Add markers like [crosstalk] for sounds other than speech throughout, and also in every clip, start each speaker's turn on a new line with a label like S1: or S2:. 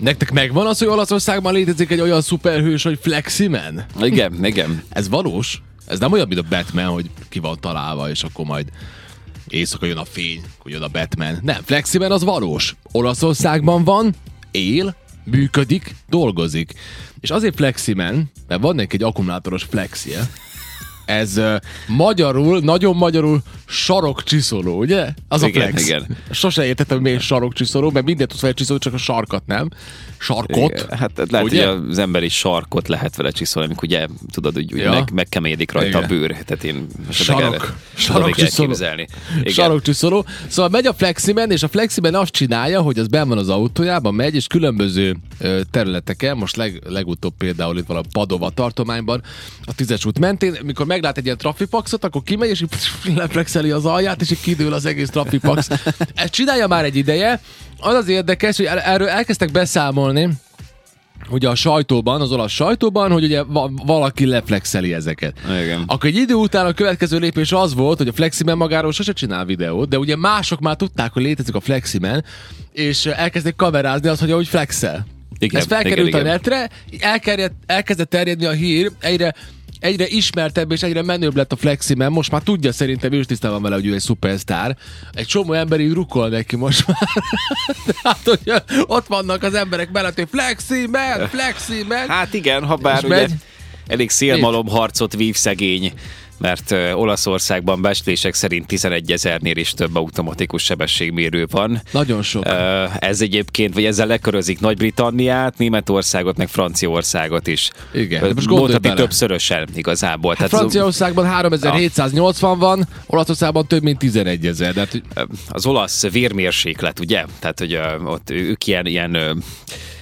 S1: Nektek megvan az, hogy Olaszországban létezik egy olyan szuperhős, hogy Fleximan?
S2: Igen, igen.
S1: Ez valós? Ez nem olyan, mint a Batman, hogy ki van találva, és akkor majd éjszaka jön a fény, hogy jön a Batman. Nem, Fleximan az valós. Olaszországban van, él, működik, dolgozik. És azért Fleximan, mert van neki egy akkumulátoros flexie, ez uh, magyarul, nagyon magyarul sarokcsiszoló, ugye? Az
S2: Igen,
S1: a flex.
S2: igen.
S1: Sose értettem, hogy miért sarokcsiszoló, mert mindent tudsz vele csiszolni, csak a sarkat nem. Sarkot.
S2: Igen. Hát hát lehet,
S1: Ugye?
S2: hogy az emberi sarkot lehet vele csiszolni, amikor ugye, tudod, úgy, úgy
S1: Ja.
S2: ja. meg, megkeményedik rajta
S1: Igen.
S2: a bőr. Tehát én esetleg erre
S1: Sarok.
S2: tudom
S1: Sarok
S2: így
S1: csiszoló.
S2: elképzelni.
S1: Sarok csiszoló. Szóval megy a Fleximen, és a Fleximen azt csinálja, hogy az benn van az autójában, megy, és különböző ö, területeken, most leg, legutóbb például itt van a Padova tartományban, a tízes út mentén, mikor meglát egy ilyen trafipaxot, akkor kimegy, és így [laughs] pff, leflexeli az alját, és így kidől az egész trafipax. Ezt csinálja már egy ideje. Az az érdekes, hogy er- erről elkezdtek beszámolni, ugye a sajtóban, az olasz sajtóban, hogy ugye va- valaki leflexeli ezeket.
S2: Igen.
S1: Akkor egy idő után a következő lépés az volt, hogy a Fleximen magáról sose csinál videót, de ugye mások már tudták, hogy létezik a Fleximen, és elkezdték kamerázni azt, hogy ahogy flexel.
S2: Igen,
S1: Ez felkerült
S2: igen,
S1: a
S2: igen.
S1: netre, elkerjed, elkezdett terjedni a hír, egyre egyre ismertebb és egyre menőbb lett a Fleximen, most már tudja szerintem, ő is tisztában van vele, hogy ő egy szupersztár. Egy csomó ember így rukkol neki most már. Tehát, hogy Hát, ott vannak az emberek mellett, hogy Fleximen, Fleximen.
S2: Hát igen, ha bár
S1: És
S2: ugye
S1: megy?
S2: elég szélmalom harcot vív szegény, mert ö, Olaszországban becslések szerint 11 ezernél is több automatikus sebességmérő van.
S1: Nagyon sok.
S2: Ö, Ez egyébként, vagy ezzel lekörözik Nagy-Britanniát, Németországot, meg Franciaországot is.
S1: Igen,
S2: Ö,
S1: de most gondolj
S2: Mondhatni
S1: bele.
S2: többszörösen igazából.
S1: Hát Franciaországban 3780 van, Olaszországban több mint 11 ezer. De hát,
S2: Eh, az olasz vérmérséklet, ugye? Tehát, hogy ö, ott ők ilyen, ilyen ö,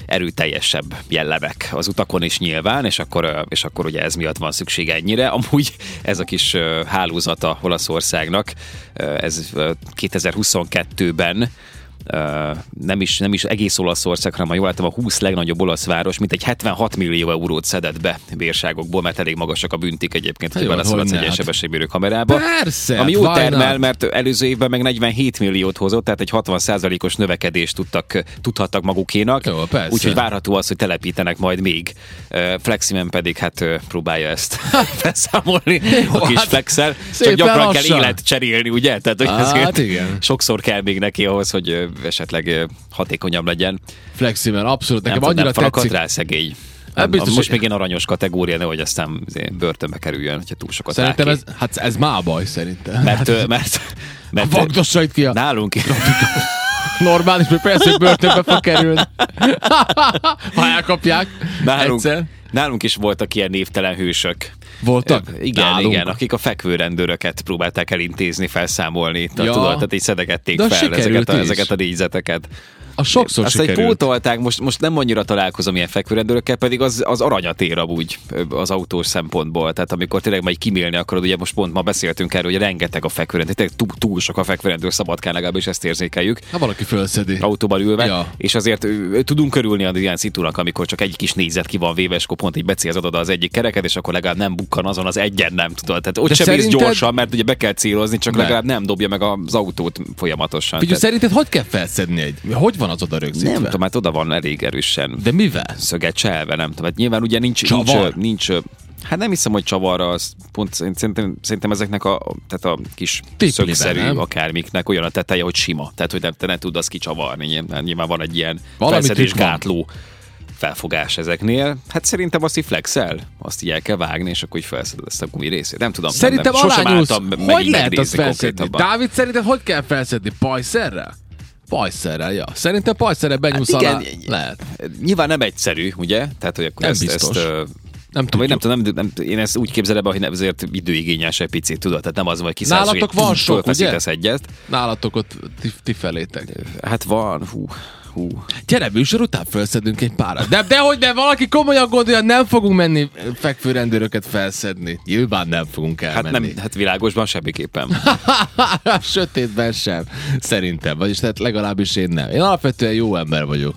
S2: erőteljesebb jellemek az utakon is nyilván, és akkor, ö, és akkor ugye ez miatt van szükség ennyire. Amúgy ez a kis ö, hálózata Olaszországnak, ö, ez ö, 2022-ben ö, nem is, nem is egész Olaszország, hanem ha jól láttam, a 20 legnagyobb olasz város mintegy 76 millió eurót szedett be bírságokból, mert elég magasak a büntik egyébként, hogy
S1: jó,
S2: beleszaladsz
S1: hogy
S2: egy
S1: ne,
S2: ilyen
S1: hát.
S2: sebességmérő kamerába.
S1: Persze, hát
S2: Ami
S1: why
S2: jó
S1: not?
S2: termel, mert előző évben meg 47 milliót hozott, tehát egy 60%-os növekedést tudtak, tudhattak magukénak.
S1: Jó, persze.
S2: Úgyhogy várható az, hogy telepítenek majd még. Ö, Fleximen pedig hát ö, próbálja
S1: [laughs]
S2: ezt beszámolni a kis
S1: hát
S2: flexel. Csak
S1: szépen
S2: gyakran kell
S1: lassan.
S2: élet cserélni, ugye? Tehát, hogy
S1: Hát
S2: ezért
S1: igen.
S2: sokszor kell még neki ahhoz, hogy ö, esetleg ö, hatékonyabb legyen.
S1: Fleximen, abszolút. Nekem
S2: nem, tudom,
S1: annyira
S2: nem farakadt
S1: tetszik.
S2: rá szegény.
S1: Hát biztos,
S2: Biztos, most
S1: hogy-
S2: még ilyen aranyos kategória, nehogy aztán azért börtönbe kerüljön, hogyha túl sokat
S1: Szerintem
S2: rákép.
S1: ez, hát ez már a baj, szerintem. [laughs]
S2: Mert, ö, mert, mert,
S1: Vagdossa itt ki a
S2: Nálunk
S1: normális, mert persze, hogy börtönbe fog
S2: [laughs]
S1: kerülni. ha elkapják,
S2: nálunk,
S1: egyszer.
S2: nálunk is voltak ilyen névtelen hősök.
S1: Voltak?
S2: Ö, Eh, Igen,
S1: Nálunk?
S2: igen, akik a fekvő rendőröket próbálták elintézni, felszámolni. Ja.
S1: Ja.
S2: Tudod, tehát így szedegették
S1: De az
S2: fel
S1: sikerült
S2: ezeket a,
S1: is.
S2: ezeket a négyzeteket.
S1: A sokszor
S2: Azt egy
S1: sikerült.
S2: pótolták, most, most nem annyira találkozom ilyen fekvőrendőrökkel, pedig az, az aranyat ér amúgy ö, az autós szempontból. Tehát amikor tényleg majd kimélni akarod, ugye most pont ma beszéltünk erről, hogy rengeteg a fekvőrendőr, tényleg túl, túl sok a fekvőrendőr, szabadkán legalábbis ezt érzékeljük
S1: Ha valaki felszedi.
S2: autóban ülve,
S1: Ja.
S2: ja. és azért ö, ö, tudunk körülni az ilyen szitunak, amikor csak egy kis négyzet ki van véve, és akkor pont így becélzod oda az egyik kereket, és akkor legalább nem bukkan azon az egyen, nem tudod. Tehát ott
S1: De
S2: sem szerinted...
S1: szerinted-
S2: gyorsan, mert ugye be kell célozni, csak
S1: Ne.
S2: legalább nem dobja meg az autót folyamatosan.
S1: Figyelj,
S2: Tehát,
S1: szerinted hogy kell felszedni egy? Hogy van az oda rögzítve?
S2: nem tudom, hát oda van elég erősen
S1: De mivel?
S2: szöget cselve, nem tudom. Hát nyilván ugye nincs...
S1: Csavar?
S2: Nincs, nincs ö, Hát nem hiszem, hogy csavarra, az pont szerint- szerintem, szerintem ezeknek a, tehát a kis
S1: Tipliben,
S2: szögszerű
S1: nem?
S2: akármiknek olyan a teteje, hogy sima. Tehát, hogy nem, te ne tud azt kicsavarni. Nyilván, nyilván van egy ilyen
S1: Valami
S2: felszedésgátló felfogás ezeknél. Hát szerintem azt így flexel, azt így el kell vágni, és akkor így felszeded ezt a gumi részét. Nem tudom.
S1: Szerintem
S2: nem, nem. Sosem
S1: alányulsz.
S2: álltam meg-
S1: Hogy
S2: így
S1: lehet azt
S2: megnézni
S1: felszedni?
S2: konkrétabban.
S1: Dávid, szerinted hogy kell felszedni? Pajszerrel? Pajszerrel, ja. Szerintem pajszerrel benyúsz
S2: Hát igen,
S1: alá.
S2: igen.
S1: Lehet.
S2: Nyilván nem egyszerű, ugye? Tehát, hogy akkor
S1: Nem
S2: ezt,
S1: biztos.
S2: ezt ö,
S1: Nem
S2: Vagy nem
S1: tudjuk.
S2: tudom, nem, nem, én ezt úgy képzelem, hogy nem, azért időigényes egy picit, tudod? Tehát nem az, hogy kiszállsz,
S1: Nálatok
S2: hogy egy
S1: van
S2: pff,
S1: sok,
S2: fölfeszítesz egyet.
S1: Nálatok ott ti, ti felétek.
S2: Hát van, hú, hú.
S1: Gyere, műsor után felszedünk egy párat. De, de hogy de valaki komolyan gondolja, nem fogunk menni fekvőrendőröket felszedni. Nyilván nem fogunk
S2: Hát,
S1: elmenni.
S2: nem, hát világosban semmiképpen.
S1: [laughs] nem. Sötétben sem. Szerintem. Vagyis tehát legalábbis én nem. Én alapvetően jó ember vagyok.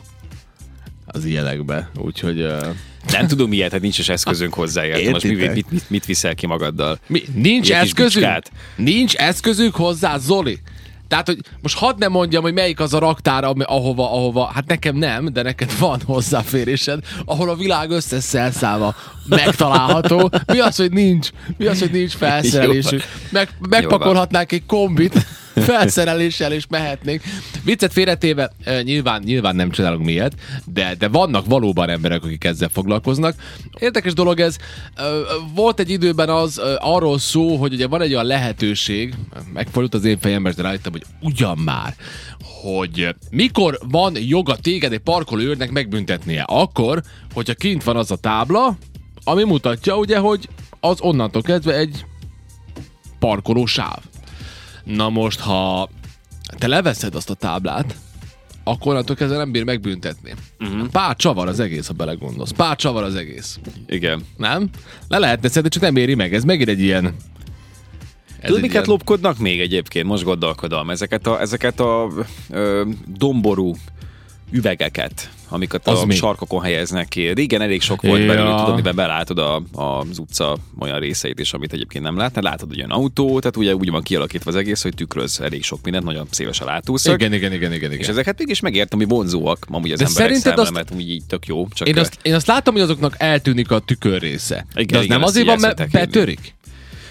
S1: Az ilyenekben. Úgyhogy... Uh...
S2: Nem tudunk miért, hát nincs is eszközünk hozzá. érted? Most mit,
S1: Értitek?
S2: mit, mit, mit, viszel ki magaddal?
S1: Mi? Nincs
S2: Ilyen kis
S1: eszközünk?
S2: bicskát.
S1: Nincs eszközünk hozzá, Zoli. Tehát, hogy most hadd ne mondjam, hogy melyik az a raktár, ami- ahova, ahova, hát nekem nem, de neked van hozzáférésed, ahol a világ összes szerszáma megtalálható. Mi az, hogy nincs? Mi az, hogy nincs felszerelésük? Meg, megpakolhatnánk egy kombit felszereléssel, és mehetnénk. Viccet félretéve, ö, nyilván, nyilván nem csinálunk miért, de, de vannak valóban emberek, akik ezzel foglalkoznak. Érdekes dolog ez. Ö, ö, Volt egy időben az ö, arról szó, hogy ugye van egy olyan lehetőség, megfordult az én fejembe, és de rájöttem, hogy ugyan már, hogy ö, mikor van joga téged egy parkolőrnek megbüntetnie? Akkor, hogyha kint van az a tábla, ami mutatja ugye, hogy az onnantól kezdve egy parkoló sáv. Na most, ha te leveszed azt a táblát, akkor onnantól kezdve nem bír megbüntetni.
S2: Mhm.
S1: Uh-huh. Pár csavar az egész, ha belegondolsz. Pár csavar az egész.
S2: Igen.
S1: Nem? Le lehetne szedni, csak nem éri meg. Ez megint egy ilyen... Ez
S2: Tudod, miket lopkodnak még egyébként? Most gondolkodom. Ezeket a, ezeket a ö, domború üvegeket, amiket
S1: Az
S2: a
S1: mi?
S2: sarkokon helyeznek ki. Régen elég sok volt ja. belőle,
S1: Ja.
S2: tudod, miben belátod a, az utca olyan részeit is, amit egyébként nem látnál. Látod ugyan autó, tehát ugye úgy van kialakítva az egész, hogy tükröz elég sok mindent, nagyon széles a látószög.
S1: Igen, igen, igen, igen.
S2: És
S1: igen.
S2: ezeket mégis megértem, hogy vonzóak amúgy az
S1: De
S2: De emberek
S1: szerinted
S2: számára,
S1: azt-
S2: mert úgy így tök jó. Csak
S1: Én azt, én azt látom, hogy azoknak eltűnik a tükör része.
S2: Igen,
S1: De az
S2: igen,
S1: nem
S2: azt
S1: azért
S2: így
S1: van,
S2: el
S1: mert
S2: szokták hívni.
S1: betörik?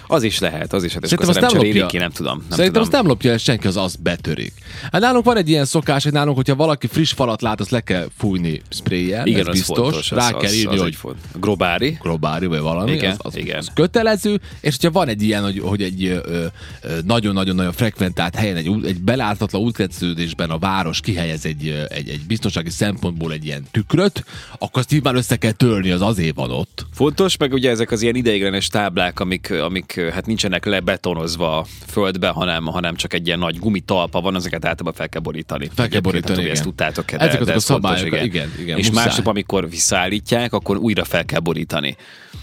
S2: az is lehet, az is lehet.
S1: Szerintem azt
S2: Szerintem
S1: nem
S2: nem
S1: lopja.
S2: Ki, nem tudom. Nem
S1: Szerintem
S2: tudom.
S1: azt nem lopja el senki, az azt betörik. Hát nálunk van egy ilyen szokás, hogy nálunk, hogyha valaki friss falat lát, azt le kell fújni sprayjel,
S2: Igen,
S1: ez
S2: az
S1: biztos.
S2: fontos.
S1: Rá
S2: az,
S1: kell
S2: az,
S1: írni,
S2: az
S1: hogy
S2: egy font- Grobári.
S1: Grobári, vagy valami,
S2: Igen,
S1: az, az,
S2: igen.
S1: az kötelező, és hogyha van egy ilyen, hogy, hogy egy ö, ö, ö, nagyon-nagyon-nagyon frekventált helyen, egy, ú- egy beláthatatlan útkezdődésben a város kihelyez egy, ö, egy, egy biztonsági szempontból egy ilyen tükröt, akkor azt nyilván össze kell törni, az azért van ott.
S2: Fontos, meg ugye ezek az ilyen ideiglenes táblák, amik, amik hát nincsenek lebetonozva a földbe, hanem, hanem csak egy ilyen nagy gumitalpa van, ezeket általában fel kell borítani.
S1: kell
S2: Egyébként,
S1: borítani,
S2: hát, ugye
S1: igen.
S2: Ezt tudtátok, de,
S1: Ezek azok
S2: de
S1: a
S2: ez fontos,
S1: szabályok, igen, igen,
S2: És
S1: muszáj.
S2: másnap, amikor visszaállítják, akkor újra fel kell borítani.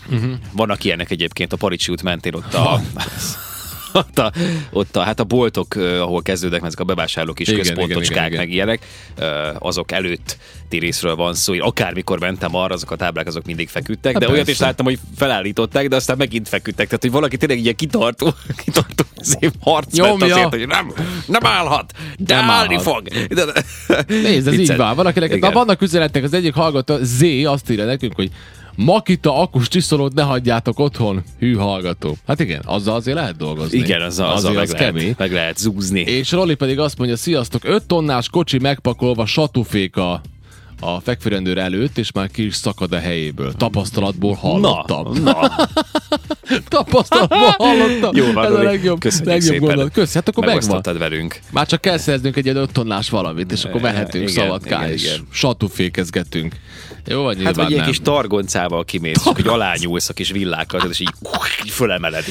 S1: Mhm.
S2: Uh-huh. Vannak ilyenek egyébként a Paricsi út mentén ott a... [laughs] Ott a, ott a, hát a boltok, ö, ahol kezdődnek ezek a bevásárlók is,
S1: Igen, igen,
S2: központocskák,
S1: igen,
S2: meg ilyenek, ö, azok előtti részről van szó. Én akármikor mentem arra, azok a táblák azok mindig feküdtek,
S1: Hát
S2: de olyat is
S1: persze.
S2: láttam, hogy felállították, de aztán megint feküdtek. Tehát, hogy valaki tényleg ilyen kitartó, [laughs] kitartó szép harc Nyomja.
S1: Nyomja.
S2: Ment azért, hogy nem, nem állhat, de
S1: Nem
S2: nem állni
S1: állhat.
S2: fog. De, de.
S1: Nézd, ez így
S2: Viccet.
S1: van. Valakinek, na,
S2: Igen.
S1: vannak üzenetek, az egyik hallgató, Z, azt írja nekünk, hogy Makita akus csiszolót ne hagyjátok otthon, hű hallgató. Hát igen, azzal azért lehet dolgozni.
S2: Igen, az, az, az,
S1: azért
S2: meg,
S1: az kemény.
S2: lehet, meg lehet zúzni.
S1: És Roli pedig azt mondja, sziasztok, 5 tonnás kocsi megpakolva satuféka a fekvőrendőr előtt, és már ki is szakad a helyéből. Tapasztalatból
S2: Na,
S1: hallottam. Na.
S2: na,
S1: [laughs] Tapasztalatból hallottam.
S2: jó van,
S1: Ez a
S2: Roli.
S1: legjobb,
S2: Köszönjük
S1: legjobb
S2: szépen.
S1: gondolat. Kösz, hát akkor megvan.
S2: Megosztottad velünk.
S1: Már csak kell szereznünk egy ilyen 5 tonnás valamit, és akkor
S2: Igen,
S1: mehetünk
S2: igen,
S1: szabadká,
S2: igen,
S1: és
S2: igen.
S1: satufékezgetünk. Jó, vagy
S2: Hát,
S1: nyilván
S2: vagy ilyen
S1: nem.
S2: kis targoncával kimész, csak hogy alányulsz a kis villákkal, és így, így fölemeled.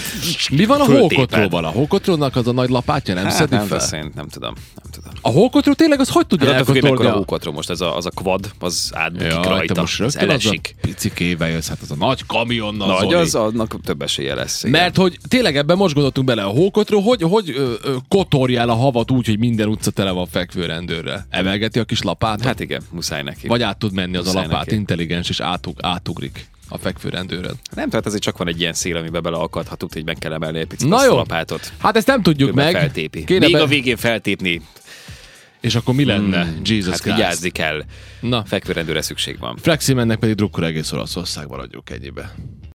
S1: Mi van a
S2: Föltéped.
S1: hókotróval? A hókotrónak az a nagy lapátja nem hát,
S2: Hát,
S1: szedni
S2: nem,
S1: fel?
S2: fel. Én nem tudom, nem tudom.
S1: A hókotró tényleg az hogy tudja
S2: Hát attól függ, mekkora
S1: elkotolni?
S2: a
S1: a-
S2: hókatról most, ez a, az a quad, az átbukik
S1: Jaj,
S2: rajta,
S1: hát te most
S2: az
S1: rögtön az a
S2: elesik.
S1: picikével jössz, hát az a nagy kamionnal
S2: Nagy,
S1: Zoli.
S2: az, annak több esélye lesz. igen.
S1: Mert hogy tényleg ebben most gondoltunk bele a hókotról, hogy, hogy ö, ö, kotorja el a havat úgy, hogy minden utca tele van fekvőrendőrrel. Emelgeti a kis lapát, hát,
S2: Hát igen, muszáj neki.
S1: vagy át tud menni az a
S2: Muszáj
S1: lapát,
S2: neki.
S1: intelligens, és átug, átugrik a fekvőrendőrön.
S2: Nem, tehát azért csak van egy ilyen szél, amiben beleakad, ha tudod, hogy meg kell emelni egy picit
S1: Na
S2: azt a
S1: jó,
S2: lapátot.
S1: hát ezt nem tudjuk
S2: Meg
S1: meg.
S2: feltépi.
S1: Kéne
S2: Még
S1: be-
S2: a végén feltépni,
S1: És akkor mi lenne? Hmm, Jesus
S2: hát
S1: Christ.
S2: vigyázni kell.
S1: Na.
S2: Fekvőrendőre szükség van.
S1: Fleximennek pedig drukkor egész Olaszországban adjuk ennyibe.